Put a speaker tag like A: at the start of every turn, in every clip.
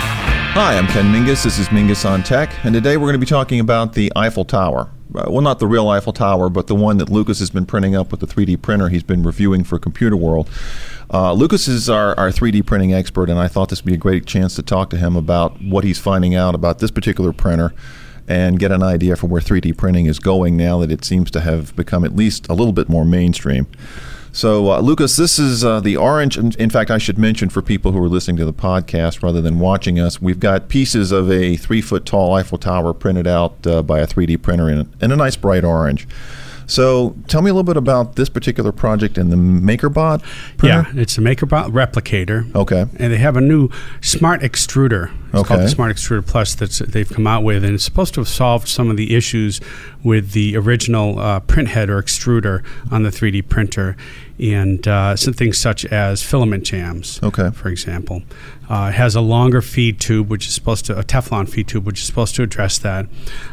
A: Hi, I'm Ken Mingus. This is Mingus on Tech, and today we're going to be talking about the Eiffel Tower. Uh, well, not the real Eiffel Tower, but the one that Lucas has been printing up with the 3D printer he's been reviewing for Computer World. Uh, Lucas is our, our 3D printing expert, and I thought this would be a great chance to talk to him about what he's finding out about this particular printer and get an idea for where 3D printing is going now that it seems to have become at least a little bit more mainstream. So, uh, Lucas, this is uh, the orange. In in fact, I should mention for people who are listening to the podcast rather than watching us, we've got pieces of a three foot tall Eiffel Tower printed out uh, by a 3D printer in, in a nice bright orange. So, tell me a little bit about this particular project and the MakerBot printer.
B: Yeah, it's a MakerBot replicator.
A: Okay.
B: And they have a new smart extruder. It's called
A: Okay.
B: the Smart Extruder Plus that they've come out with, and it's supposed to have solved some of the issues with the original uh, printhead or extruder on the 3D printer, and uh, some things such as filament jams.
A: Okay.
B: For example, uh, it has a longer feed tube, which is supposed to a Teflon feed tube, which is supposed to address that.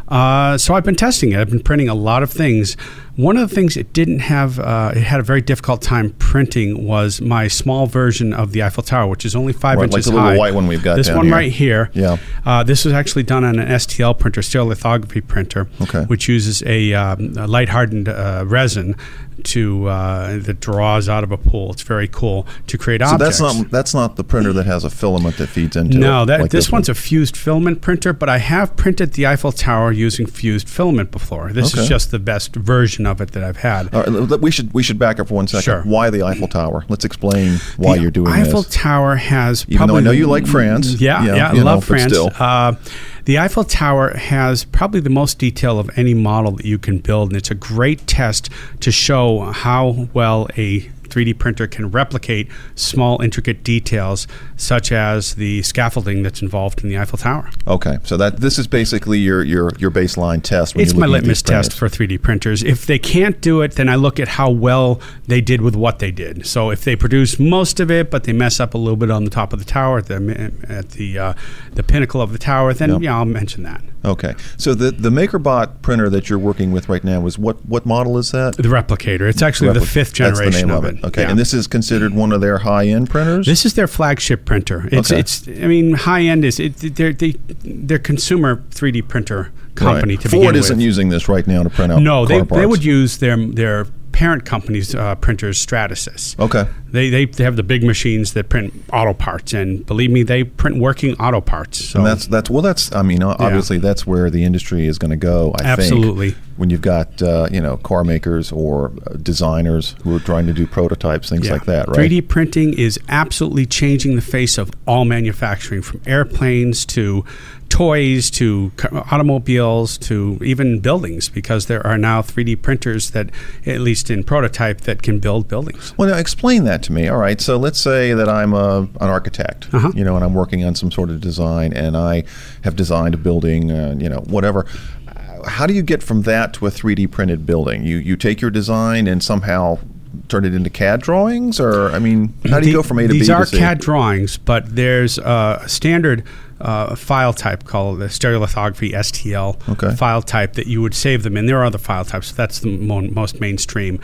B: Uh, so I've been testing it. I've been printing a lot of things. One of the things it didn't have, uh, it had a very difficult time printing, was my small version of the Eiffel Tower, which is only five
A: Right, like
B: inches
A: the little
B: high.
A: white one we've got
B: This
A: down
B: one
A: here.
B: right here.
A: Yeah.
B: Uh, this was actually done on an STL printer, stereolithography printer,
A: Okay.
B: which uses a, um, a light hardened uh, resin to uh, that draws out of a pool. It's very cool to create
A: So
B: objects.
A: that's not that's not the printer that has a filament that feeds into it.
B: No, that,
A: like
B: this, one's
A: one.
B: a fused filament printer, but I have printed the Eiffel Tower using fused filament before. This
A: Okay.
B: is just the best version of it that I've had.
A: All right, let- let- we should we should back up for one second.
B: Sure.
A: Why the Eiffel Tower? Let's explain why
B: The
A: you're doing
B: Eiffel
A: this.
B: Tower has
A: Even though I
B: probably
A: know you like France,
B: Yeah,
A: you know,
B: yeah, I
A: you know,
B: love
A: but
B: France.
A: still.
B: Uh, the Eiffel Tower has probably the most detail of any model that you can build, and it's a great test to show how well a 3D printer can replicate small, intricate details, such as the scaffolding that's involved in the Eiffel Tower.
A: Okay, so that this is basically your your your baseline test. When
B: It's
A: you're
B: my
A: looking at
B: litmus
A: these printers.
B: test for 3D printers. If they can't do it, then I look at how well they did with what they did. So if they produce most of it, but they mess up a little bit on the top of the tower, at the, at the, uh, the pinnacle of the tower, then yeah, I'll mention that.
A: Okay, so the the MakerBot printer that you're working with right now is what what model is that?
B: The replicator. It's actually the fifth generation
A: That's the name
B: of, it.
A: Okay,
B: Yeah.
A: and this is considered one of their high end printers.
B: This is their flagship printer. It's
A: Okay.
B: it's I mean high end is it they're they they're consumer 3D printer
A: Right.
B: company to
A: Ford
B: begin
A: isn't
B: with.
A: using this right now to print out.
B: no, they,
A: car
B: they
A: parts.
B: would use their their parent company's uh, printers Stratasys.
A: Okay.
B: They, they they have the big machines that print auto parts and believe me they print working auto parts. So
A: And that's that's well. That's I mean, o- obviously, that's where the industry is going to go. I
B: Absolutely.
A: think, when you've got uh, you know car makers or uh, designers who are trying to do prototypes, things like that, right?
B: 3D printing is absolutely changing the face of all manufacturing, from airplanes to toys to ca- automobiles to even buildings, because there are now 3D printers that, at least in prototype, that can build buildings.
A: Well, now explain that to me. All right. So let's say that I'm a, an architect,
B: Uh-huh.
A: you know, and I'm working on some sort of design, and I have designed a building, uh, you know, whatever. Uh, How do you get from that to a 3D printed building? You you take your design and somehow turn it into CAD drawings, or I mean, how do you
B: The-
A: go from A to
B: these
A: B?
B: are
A: to C?
B: CAD drawings, but there's a standard uh, file type called the stereolithography STL
A: Okay.
B: file type that you would save them in. There are other file types, but that's the mo- most mainstream.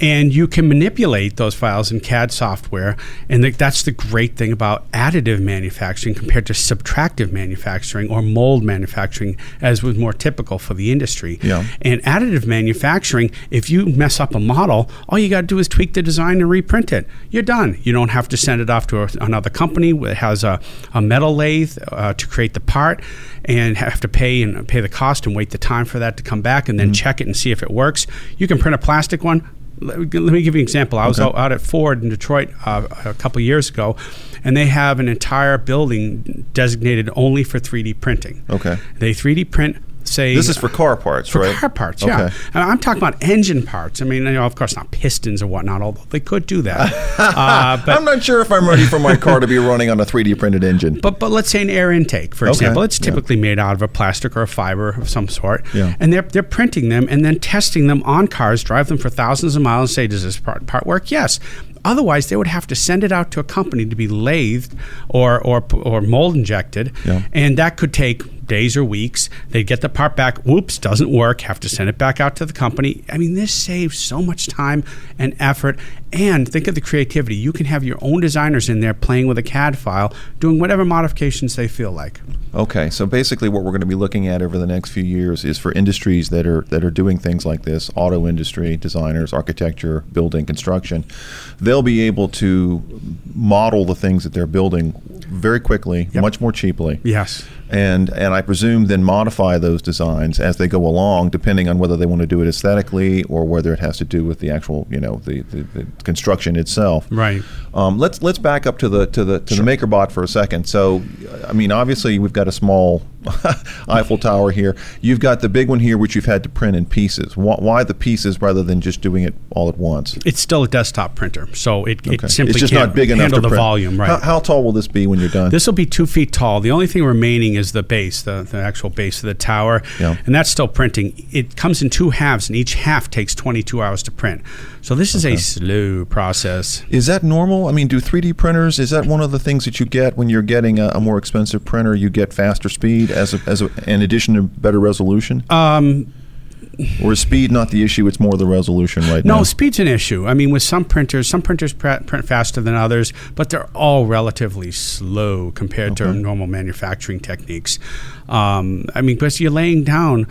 B: And you can manipulate those files in CAD software. And th- that's the great thing about additive manufacturing compared to subtractive manufacturing or mold manufacturing, as was more typical for the industry.
A: Yeah.
B: And additive manufacturing, if you mess up a model, all you got to do is tweak the design and reprint it. You're done. You don't have to send it off to a, another company that has a, a metal lathe uh, to create the part and have to pay and pay the cost and wait the time for that to come back and then
A: Mm-hmm.
B: check it and see if it works. You can print a plastic one. Let me let me give you an example. I was out, out at Ford in Detroit uh, a couple years ago, and they have an entire building designated only for 3D printing.
A: Okay.
B: They 3D print, say,
A: This is for car parts,
B: for
A: right?
B: car parts, yeah.
A: Okay.
B: And I'm talking about engine parts. I mean, you know, of course, not pistons or whatnot, although they could do that. uh, but,
A: I'm not sure if I'm ready for my car to be running on a 3D printed engine.
B: but but let's say an air intake, for
A: Okay,
B: example, it's
A: yeah.
B: typically made out of a plastic or a fiber of some sort.
A: Yeah.
B: And they're, they're printing them and then testing them on cars, drive them for thousands of miles, and say, does this part, part work? Yes. Otherwise, they would have to send it out to a company to be lathed or or, or mold injected,
A: Yeah.
B: and that could take days or weeks. They'd get the part back, whoops, doesn't work, have to send it back out to the company. I mean, this saves so much time and effort. And think of the creativity. You can have your own designers in there playing with a CAD file, doing whatever modifications they feel like.
A: Okay, so basically, what we're going to be looking at over the next few years is for industries that are that are doing things like this: auto industry, designers, architecture, building, construction. They'll be able to model the things that they're building very quickly, much more cheaply.
B: Yes.
A: and and I presume then modify those designs as they go along, depending on whether they want to do it aesthetically or whether it has to do with the actual, you know, the, the, the construction itself.
B: Right.
A: Um, let's let's back up to the to the to the MakerBot for a second. So, I mean, obviously we've got a small Eiffel Tower here. You've got the big one here, which you've had to print in pieces. Why, why the pieces rather than just doing it all at once?
B: It's still a desktop printer, so it,
A: Okay.
B: it simply
A: it's just
B: can't
A: not big enough
B: handle
A: to
B: the
A: print.
B: volume. Right.
A: How, how tall will this be when you're done?
B: This will be two feet tall. The only thing remaining is the base, the, the actual base of the tower.
A: Yeah.
B: And that's still printing. It comes in two halves, and each half takes 22 hours to print. So this is a slow process.
A: Is that normal? I mean, do 3D printers, is that one of the things that you get when you're getting a, a more expensive printer? You get faster speed as, a, as a, in addition to better resolution? Um, or is speed not the issue? It's more the resolution right
B: No,
A: now.
B: speed's an issue. I mean, with some printers, some printers pr- print faster than others, but they're all relatively slow compared to normal manufacturing techniques. Um, I mean, because you're laying down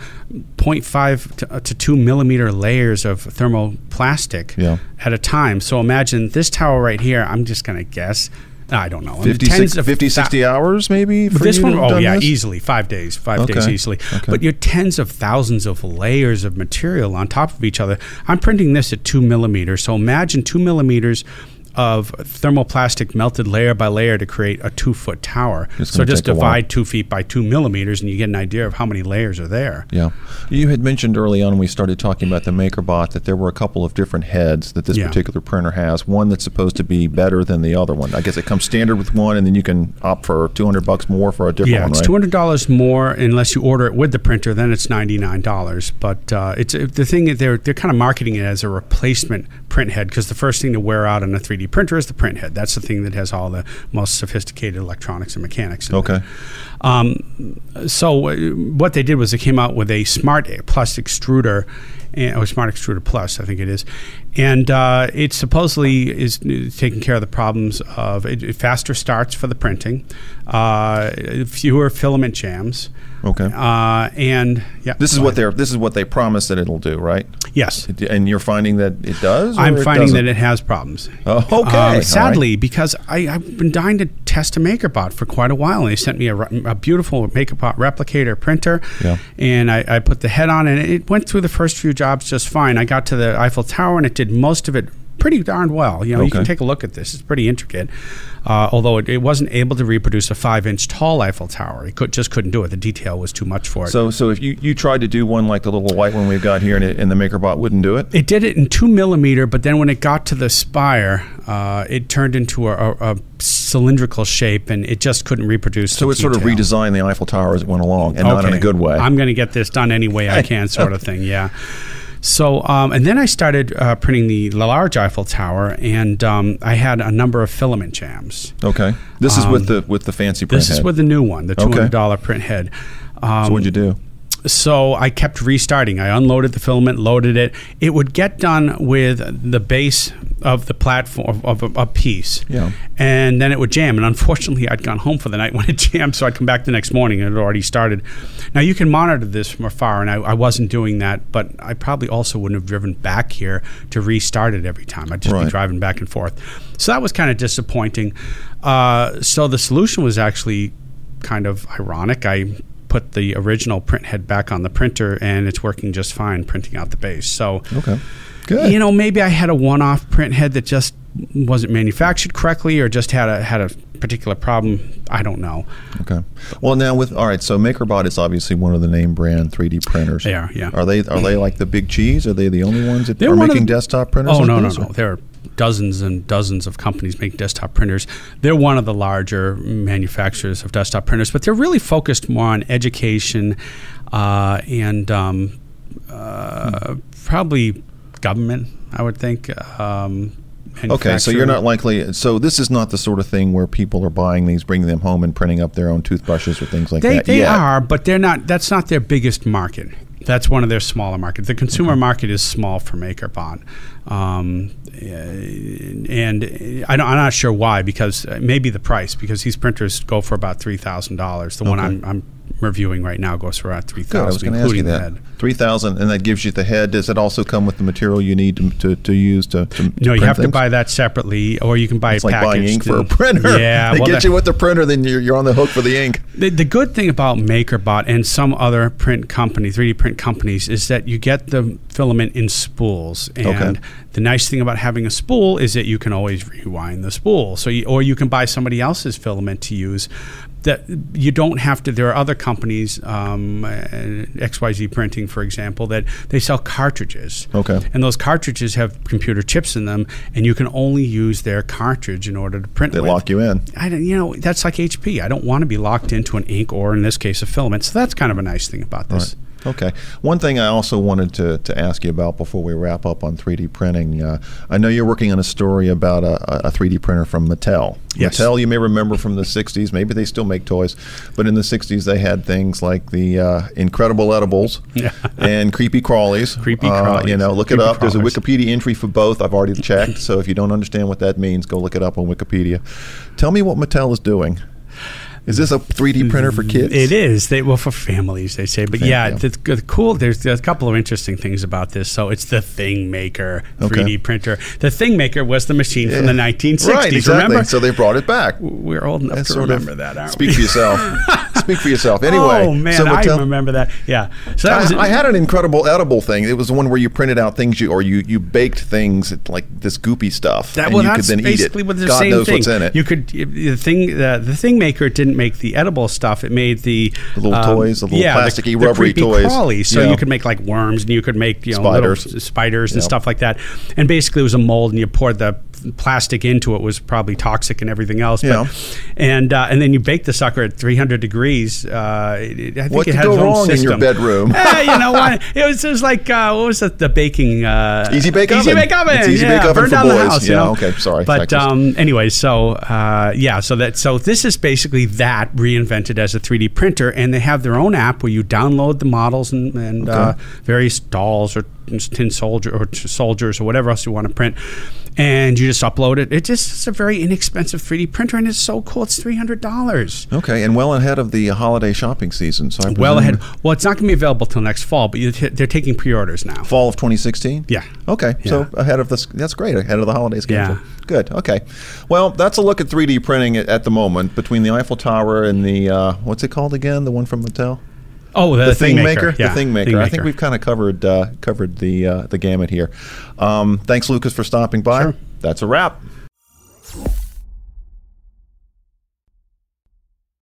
B: 0.5 to, uh, to 2 millimeter layers of thermoplastic
A: Yeah.
B: at a time. So imagine this tower right here. I'm just going to guess. I don't know.
A: 50,
B: tens
A: six,
B: of
A: 50
B: thou-
A: 60 hours maybe? For
B: this
A: you
B: one,
A: to have
B: oh
A: done
B: yeah,
A: this?
B: easily five days, five days
A: Okay.
B: easily.
A: Okay.
B: But you're tens of thousands of layers of material on top of each other. I'm printing this at two millimeters, so imagine two millimeters of thermoplastic melted layer by layer to create a two foot tower.
A: It's
B: So
A: gonna
B: just
A: take a while.
B: divide two feet by two millimeters, and you get an idea of how many layers are there.
A: Yeah. You had mentioned early on when we started talking about the MakerBot that there were a couple of different heads that this
B: Yeah.
A: particular printer has. One that's supposed to be better than the other one. I guess it comes standard with one, and then you can opt for 200 bucks more for a different
B: Yeah,
A: one,
B: it's
A: right?
B: two hundred dollars more unless you order it with the printer. Then it's ninety nine dollars. But uh, it's it- the thing that they're they're kind of marketing it as a replacement print head because the first thing to wear out on a three D printer is the print head. That's the thing that has all the most sophisticated electronics and mechanics. In it.
A: Okay.
B: Um, so uh, what they did was they came out with a smart plus extruder, eh, or smart extruder plus, I think it is, and uh, it supposedly is uh, taking care of the problems of it, it faster starts for the printing, uh, fewer filament jams.
A: Okay.
B: Uh, and yeah,
A: This is what they're. This is what they promise that it'll do, right?
B: yes.
A: And you're finding that it does. or
B: I'm finding
A: doesn't?
B: that it has problems.
A: Oh, okay.
B: Um,
A: All right.
B: sadly, because I, I've been dying to test a MakerBot for quite a while, and they sent me a, re- a beautiful MakerBot replicator printer,
A: Yeah.
B: and I, I put the head on, and it went through the first few jobs just fine. I got to the Eiffel Tower, and it did most of it pretty darn well. You know, you can
A: Okay.
B: take a look at this; it's pretty intricate. Uh, although it, it wasn't able to reproduce a five-inch tall Eiffel Tower, it could, just couldn't do it. The detail was too much for it.
A: So, so if you, you tried to do one like the little white one we've got here, and, it, and the MakerBot wouldn't do it.
B: it did it in two millimeter, but then when it got to the spire, uh, it turned into a, a, a cylindrical shape, and it just couldn't reproduce.
A: So
B: the
A: it sort of
B: detail.
A: redesigned the Eiffel Tower as it went along, and not in
B: Okay.
A: a good way.
B: I'm going to get this done any way I can, sort of thing. Yeah. So, um, and then I started uh, printing the large Eiffel Tower, and um, I had a number of filament jams.
A: okay, this is with the with the fancy print.
B: Um, This is with the new one, the two
A: Okay.
B: hundred dollar print head. Um,
A: So what'd you do?
B: so I kept restarting. I unloaded the filament, loaded it. It would get done with the base of the platform of, of a piece,
A: Yeah.
B: and then it would jam. And unfortunately, I'd gone home for the night when it jammed, so I'd come back the next morning and it had already started. Now you can monitor this from afar, and I, I wasn't doing that, but I probably also wouldn't have driven back here to restart it every time. I'd just
A: Right.
B: be driving back and forth. So that was kind of disappointing. Uh, so the solution was actually kind of ironic. I put the original print head back on the printer and it's working just fine printing out the base. So
A: Okay, good.
B: you know, maybe I had a one-off print head that just wasn't manufactured correctly or just had a had a particular problem. I don't know.
A: okay. Well, now with all right, so MakerBot is obviously one of the name brand 3D printers.
B: They are, yeah.
A: Are they are they like the big cheese? Are they the only ones that
B: They're
A: are
B: one of
A: making
B: the-
A: desktop printers?
B: Oh
A: like
B: no, no,
A: this,
B: no.
A: or-
B: There are dozens and dozens of companies make desktop printers. They're one of the larger manufacturers of desktop printers, but they're really focused more on education uh, and um, uh, probably government. I would think. Um,
A: Okay, so
B: manufacturer.
A: you're not likely. So this is not the sort of thing where people are buying these, bringing them home, and printing up their own toothbrushes or things like
B: They,
A: that.
B: they
A: yet.
B: are, but they're not. That's not their biggest market. That's one of their smaller markets. The consumer market is small for MakerBot, um, eh, and I don't, I'm not sure why. Because uh, maybe the price, because these printers go for about three thousand dollars. The one I'm, I'm reviewing right now goes for about three
A: Good. I was
B: thousand,
A: going to ask you
B: including the
A: that.
B: head.
A: Three thousand, and that gives you the head. Does it also come with the material you need to, to, to use to? to
B: No, you
A: print
B: have to
A: things?
B: buy that separately, or you can buy
A: It's
B: it
A: like
B: packaged.
A: buying ink for a
B: and-
A: printer.
B: Yeah,
A: they
B: well,
A: get
B: that-
A: you with the printer, then you're, you're on the hook for the ink.
B: The, the good thing about MakerBot and some other print company, 3D print companies, is that you get the filament in spools. And
A: Okay.
B: the nice thing about having a spool is that you can always rewind the spool. So, you, or you can buy somebody else's filament to use. That you don't have to. There are other companies, um, uh, XYZ Printing, for example, that they sell cartridges.
A: Okay.
B: And those cartridges have computer chips in them, and you can only use their cartridge in order to print.
A: They
B: with.
A: lock you in.
B: I don't, you know, that's like HP. I don't want to be locked into an ink or, in this case, a filament. So that's kind of a nice thing about this.
A: Okay. One thing I also wanted to, to ask you about before we wrap up on 3D printing, uh, I know you're working on a story about a, a- a 3D printer from Mattel.
B: Yes.
A: Mattel, you may remember from the 60s, maybe they still make toys, but in the 60s they had things like the uh, Incredible Edibles and Creepy Crawlies.
B: Creepy
A: Uh, you
B: Crawlies.
A: know, look
B: Creepy
A: it up. There's a
B: Crawlers.
A: Wikipedia entry for both. I've already checked, so if you don't understand what that means, go look it up on Wikipedia. Tell me what Mattel is doing. Is this a 3D printer for kids?
B: It is. They well for families, they say. But yeah,
A: yeah.
B: the, the cool. There's, there's a couple of interesting things about this. So it's the Thing Maker 3D
A: Okay.
B: printer. The Thing Maker was the machine from the 1960s.
A: Right, exactly.
B: Remember?
A: So they brought it back.
B: We're old enough to
A: sort of-
B: remember that, aren't
A: speak
B: we?
A: for yourself. speak for yourself. Anyway,
B: oh man,
A: so we're
B: I
A: tell-
B: remember that. Yeah. So that was
A: I, I had an incredible edible thing. It was the one where you printed out things you or you, you baked things like this goopy stuff,
B: That
A: and
B: well,
A: you could
B: that's
A: then eat it.
B: basically what the
A: God
B: same
A: knows
B: thing.
A: what's in it.
B: You could the thing the, the thing maker didn't make the edible stuff. It made the, um,
A: The little toys, the little
B: yeah,
A: plasticky,
B: the,
A: rubbery
B: creepy
A: toys.
B: crawlies. So
A: Yeah.
B: you could make like worms, and you could make you know little
A: Spiders.
B: s- spiders and
A: Yeah.
B: stuff like that. And basically, it was a mold, and you poured the plastic into it. Was probably toxic and everything else.
A: Yeah.
B: But, and uh, and then you baked the sucker at 300 degrees. Uh, it- it- I think
A: What
B: it
A: could
B: had
A: go
B: its own
A: wrong in your
B: system.
A: bedroom?
B: Eh, you know what? It was, it was like uh, what was it? The baking uh,
A: Easy Bake
B: Easy
A: Oven.
B: bake oven.
A: It's Easy
B: yeah,
A: Bake Oven
B: burn
A: for
B: down the
A: boys.
B: house. you
A: Yeah,
B: know?
A: okay, sorry,
B: But
A: sexist.
B: um, anyway, so uh, yeah, so that so this is basically that reinvented as a 3D printer, and they have their own app where you download the models and, and uh, various dolls or tin soldier or t- soldiers or whatever else you want to print, and you just upload it. It's just it's a very inexpensive 3D printer, and it's so cool. It's three hundred dollars.
A: okay, and well ahead of the holiday shopping season. So I
B: Well
A: presume-
B: ahead. Well, it's not going to be available till next fall, but you t- they're taking pre-orders now.
A: fall of 2016
B: Yeah.
A: okay so ahead of this that's great ahead of the holiday schedule
B: Yeah.
A: good okay well that's a look at 3d printing at, at the moment between the eiffel tower and the uh, what's it called again the one from mattel
B: Oh, the,
A: the thing maker,
B: Yeah,
A: the thing maker. I think we've kind of covered uh, covered the uh, the gamut here. Um, thanks, Lucas, for stopping by. That's a wrap.